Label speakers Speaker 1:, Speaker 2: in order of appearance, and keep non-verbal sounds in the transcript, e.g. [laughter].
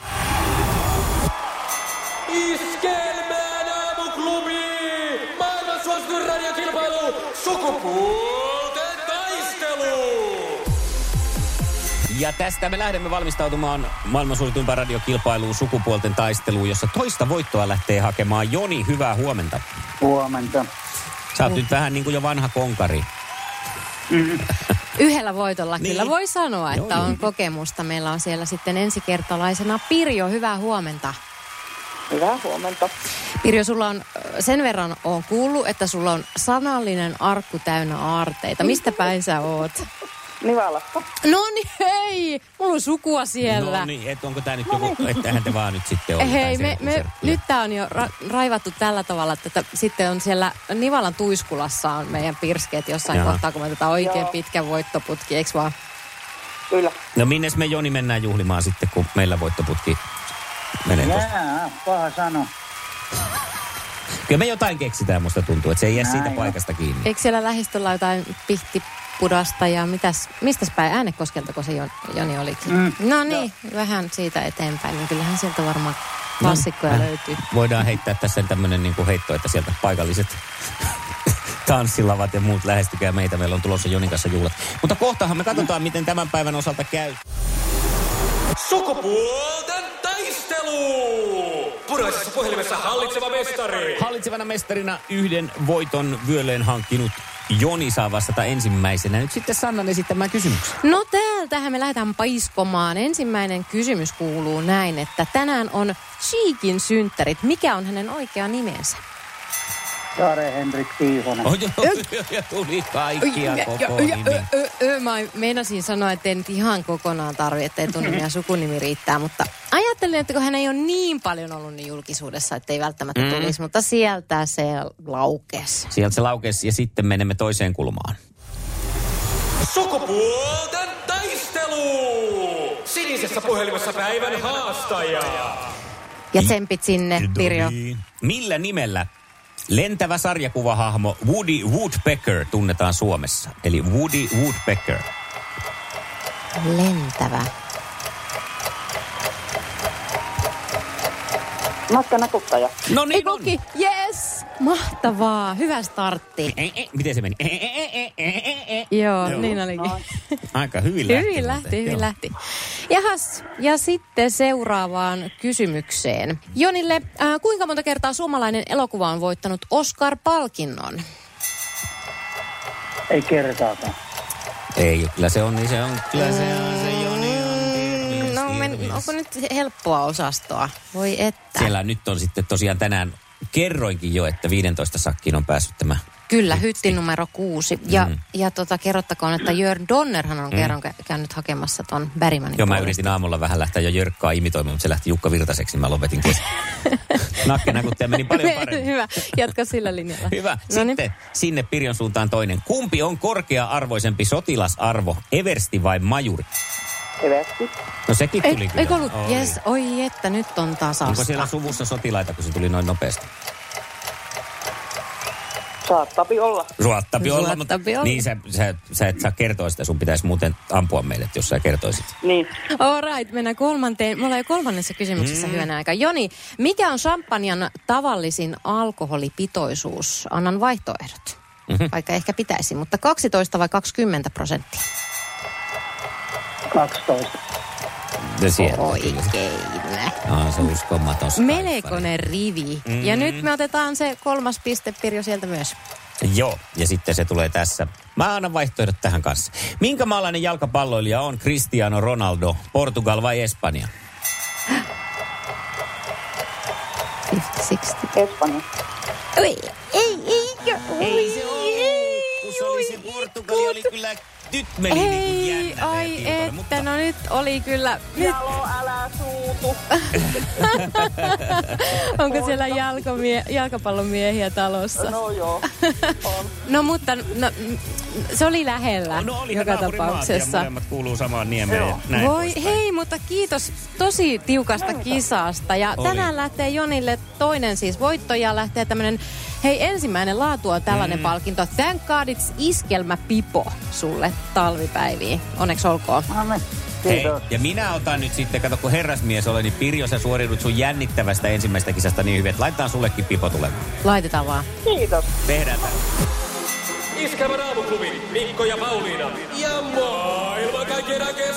Speaker 1: er Sukupuolten taistelu!
Speaker 2: Ja tästä me lähdemme valmistautumaan maailman suosituimpaan radiokilpailuun sukupuolten taisteluun, jossa toista voittoa lähtee hakemaan. Joni, hyvää huomenta.
Speaker 3: Huomenta.
Speaker 2: Sä oot nyt vähän niin kuin jo vanha konkari.
Speaker 4: Yhdellä voitolla
Speaker 2: Niin.
Speaker 4: niin. kyllä voi sanoa,
Speaker 2: Joo,
Speaker 4: että
Speaker 2: joo.
Speaker 4: on kokemusta. Meillä on siellä sitten ensikertalaisena Pirjo, hyvää huomenta.
Speaker 5: Hyvää huomenta.
Speaker 4: Pirjo, sulla on äh, sen verran on kuullut, että sulla on sanallinen arkku täynnä aarteita. Mistä päin
Speaker 5: [laughs]
Speaker 4: sä oot?
Speaker 5: Nivalassa.
Speaker 4: No niin, hei! Mulla on sukua siellä.
Speaker 2: No niin, et onko tää nyt joku, ettehän te vaan nyt sitten ole.
Speaker 4: Hei,
Speaker 2: jotain
Speaker 4: me, me,
Speaker 2: serkkuserkkuja.
Speaker 4: nyt tämä on jo ra- raivattu tällä tavalla, että tä- sitten on siellä Nivalan tuiskulassa on meidän pirskeet jossain
Speaker 2: Jaha.
Speaker 4: Jaha. kohtaa, kun me tätä oikein
Speaker 5: Joo.
Speaker 4: pitkä voittoputki, eikö vaan?
Speaker 5: Kyllä.
Speaker 2: No minnes me Joni mennään juhlimaan sitten, kun meillä voittoputki menee tosta.
Speaker 3: Jää, paha sano.
Speaker 2: Kyllä me jotain keksitään, musta tuntuu, että se ei jää siitä
Speaker 3: Näin on.
Speaker 2: paikasta kiinni.
Speaker 4: Eikö siellä lähistöllä ole jotain pihtipudasta ja mitäs, mistäs päin äänekoskeltako se Jon, Joni olikin?
Speaker 3: Mm.
Speaker 4: Mm. No niin, vähän siitä eteenpäin, niin kyllähän sieltä varmaan
Speaker 2: No,
Speaker 4: klassikkoja
Speaker 2: äh,
Speaker 4: löytyy.
Speaker 2: Voidaan heittää tässä tämmöinen niin kuin heitto, että sieltä paikalliset [laughs] tanssilavat ja muut lähestykää meitä. Meillä on tulossa Jonin kanssa juhlat. Mutta kohtahan me katsotaan, miten tämän päivän osalta käy.
Speaker 1: Sukupuolten taistelu! Puraisessa puhelimessa hallitseva mestari.
Speaker 2: Hallitsevana mestarina yhden voiton vyölleen hankkinut Joni saa vastata ensimmäisenä. Nyt sitten Sannan esittämään kysymyksen.
Speaker 4: No täältähän me lähdetään paiskomaan. Ensimmäinen kysymys kuuluu näin, että tänään on Cheekin synttärit. Mikä on hänen oikea nimensä?
Speaker 3: Saare Henrik Tiihonen.
Speaker 2: Oh, joo, ja tuli kaikkia niin. koko nimi.
Speaker 4: ö, ö, mä meinasin sanoa, että ei nyt ihan kokonaan tarvi, että etunimi [laughs] ja sukunimi riittää, mutta ajattelin, että kun hän ei ole niin paljon ollut niin julkisuudessa, että ei välttämättä mm. tulisi, mutta sieltä se laukes.
Speaker 2: Sieltä se laukesi ja sitten menemme toiseen kulmaan.
Speaker 1: Sukupuolten taistelu! Sinisessä puhelimessa päivän haastaja.
Speaker 4: Ja tsempit sinne, Pirjo.
Speaker 2: Millä nimellä lentävä sarjakuvahahmo Woody Woodpecker tunnetaan Suomessa? Eli Woody Woodpecker.
Speaker 4: Lentävä.
Speaker 5: Matka nakuttaja.
Speaker 2: No
Speaker 4: Ei
Speaker 2: niin on.
Speaker 4: koki, yes! Mahtavaa, hyvä startti.
Speaker 2: Ei, ei, miten se meni? Ei, ei, ei, ei, ei, ei, ei.
Speaker 4: Joo,
Speaker 2: Joo.
Speaker 4: Joo. niin olikin.
Speaker 2: Aika hyvin lähti.
Speaker 4: Hyvin lähti,
Speaker 2: muuten,
Speaker 4: hyvin
Speaker 2: joo.
Speaker 4: lähti. Jahas, ja sitten seuraavaan kysymykseen. Jonille, äh, kuinka monta kertaa suomalainen elokuva on voittanut Oscar-palkinnon?
Speaker 3: Ei kertaakaan.
Speaker 2: Ei, oo, kyllä se on, niin se on. Kyllä se on, se Joni on. tirvis,
Speaker 4: No, men,
Speaker 2: tirvis.
Speaker 4: onko nyt helppoa osastoa? Voi että.
Speaker 2: Siellä nyt on sitten tosiaan tänään, kerroinkin jo, että 15 sakkiin on päässyt tämä
Speaker 4: Kyllä, hytti numero kuusi. Ja, mm. ja tota, kerrottakoon, että Jörn Donnerhan on mm. kerran kä- käynyt hakemassa ton Bergmanin
Speaker 2: Joo, mä
Speaker 4: [laughs] puolesta.
Speaker 2: yritin aamulla vähän lähteä jo Jörkkaa imitoimaan, mutta se lähti Jukka Virtaseksi, niin mä lopetin
Speaker 4: [laughs]
Speaker 2: kesken. Nakkena, kun tämä meni paljon paremmin.
Speaker 4: Hyvä, jatka sillä linjalla. No niin.
Speaker 2: Hyvä.
Speaker 4: Noniin.
Speaker 2: Sitten sinne Pirjon suuntaan toinen. Kumpi on korkea-arvoisempi sotilasarvo, eversti vai majuri?
Speaker 5: Eversti.
Speaker 2: No sekin
Speaker 4: Ei,
Speaker 2: tuli kyllä.
Speaker 4: eikö ollut?
Speaker 2: Oli.
Speaker 4: Yes, oi että, nyt on tasasta.
Speaker 2: Onko siellä suvussa sotilaita, kun se tuli noin nopeasti?
Speaker 5: Saattapi olla.
Speaker 2: Suottapi olla, mutta
Speaker 4: Suottapi olla.
Speaker 2: niin sä, sä, sä, et saa kertoa sitä. Sun pitäisi muuten ampua meidät, jos sä kertoisit.
Speaker 5: Niin.
Speaker 4: All right, mennään kolmanteen. Me ollaan jo kolmannessa kysymyksessä mm. hyvänä aika. Joni, mikä on champanjan tavallisin alkoholipitoisuus? Annan vaihtoehdot. Mm-hmm. Vaikka ehkä pitäisi, mutta 12 vai 20 prosenttia?
Speaker 3: 12.
Speaker 2: Ja sieltä
Speaker 4: Oikein.
Speaker 2: tuli se. Aa, se uskomaton. skyfari.
Speaker 4: Melkoinen rivi. Mm. Ja nyt me otetaan se kolmas piste, Pirjo, sieltä myös.
Speaker 2: Joo, ja sitten se tulee tässä. Mä annan vaihtoehdot tähän kanssa. Minkä maalainen jalkapalloilija on Cristiano Ronaldo, Portugal vai Espanja?
Speaker 4: 50, 60.
Speaker 5: Espanja.
Speaker 4: Ei, ei, ei, ei, se
Speaker 2: kyllä... niin Nyt meni
Speaker 4: niin Ei, ai että, no nyt oli kyllä, nyt
Speaker 5: Jalo, älä suutu.
Speaker 4: Onko siellä jalkomie- jalkapallomiehiä talossa? No,
Speaker 5: No joo. On.
Speaker 4: [laughs] no mutta no, mm, se oli lähellä
Speaker 2: No olihan
Speaker 4: joka
Speaker 2: naapurimaat Ja
Speaker 4: tapauksessa.
Speaker 2: molemmat kuuluu samaan niemeen. ja Näin
Speaker 4: Voi
Speaker 2: poispäin.
Speaker 4: hei, mutta kiitos tosi tiukasta kisasta. Ja
Speaker 2: Oli.
Speaker 4: oli. tänään lähtee Jonille toinen siis voitto ja lähtee tämmönen, hei ensimmäinen laatua tällainen mm. palkinto. Thank God it's iskelmä pipo sulle talvipäiviin. Onneksi olkoon.
Speaker 3: No niin.
Speaker 2: Hei,
Speaker 3: Kiitos.
Speaker 2: ja minä otan nyt sitten, kato kun herrasmies olen, niin Pirjo sä suoriudut sun jännittävästä ensimmäisestä kisasta niin hyvin, että laitetaan sullekin pipo tulemaan.
Speaker 4: Laitetaan vaan.
Speaker 5: Kiitos.
Speaker 2: Tehdään tämä.
Speaker 1: Iskävä raamuklubi, Mikko ja Pauliina. Ja maailman kaikkien aikeen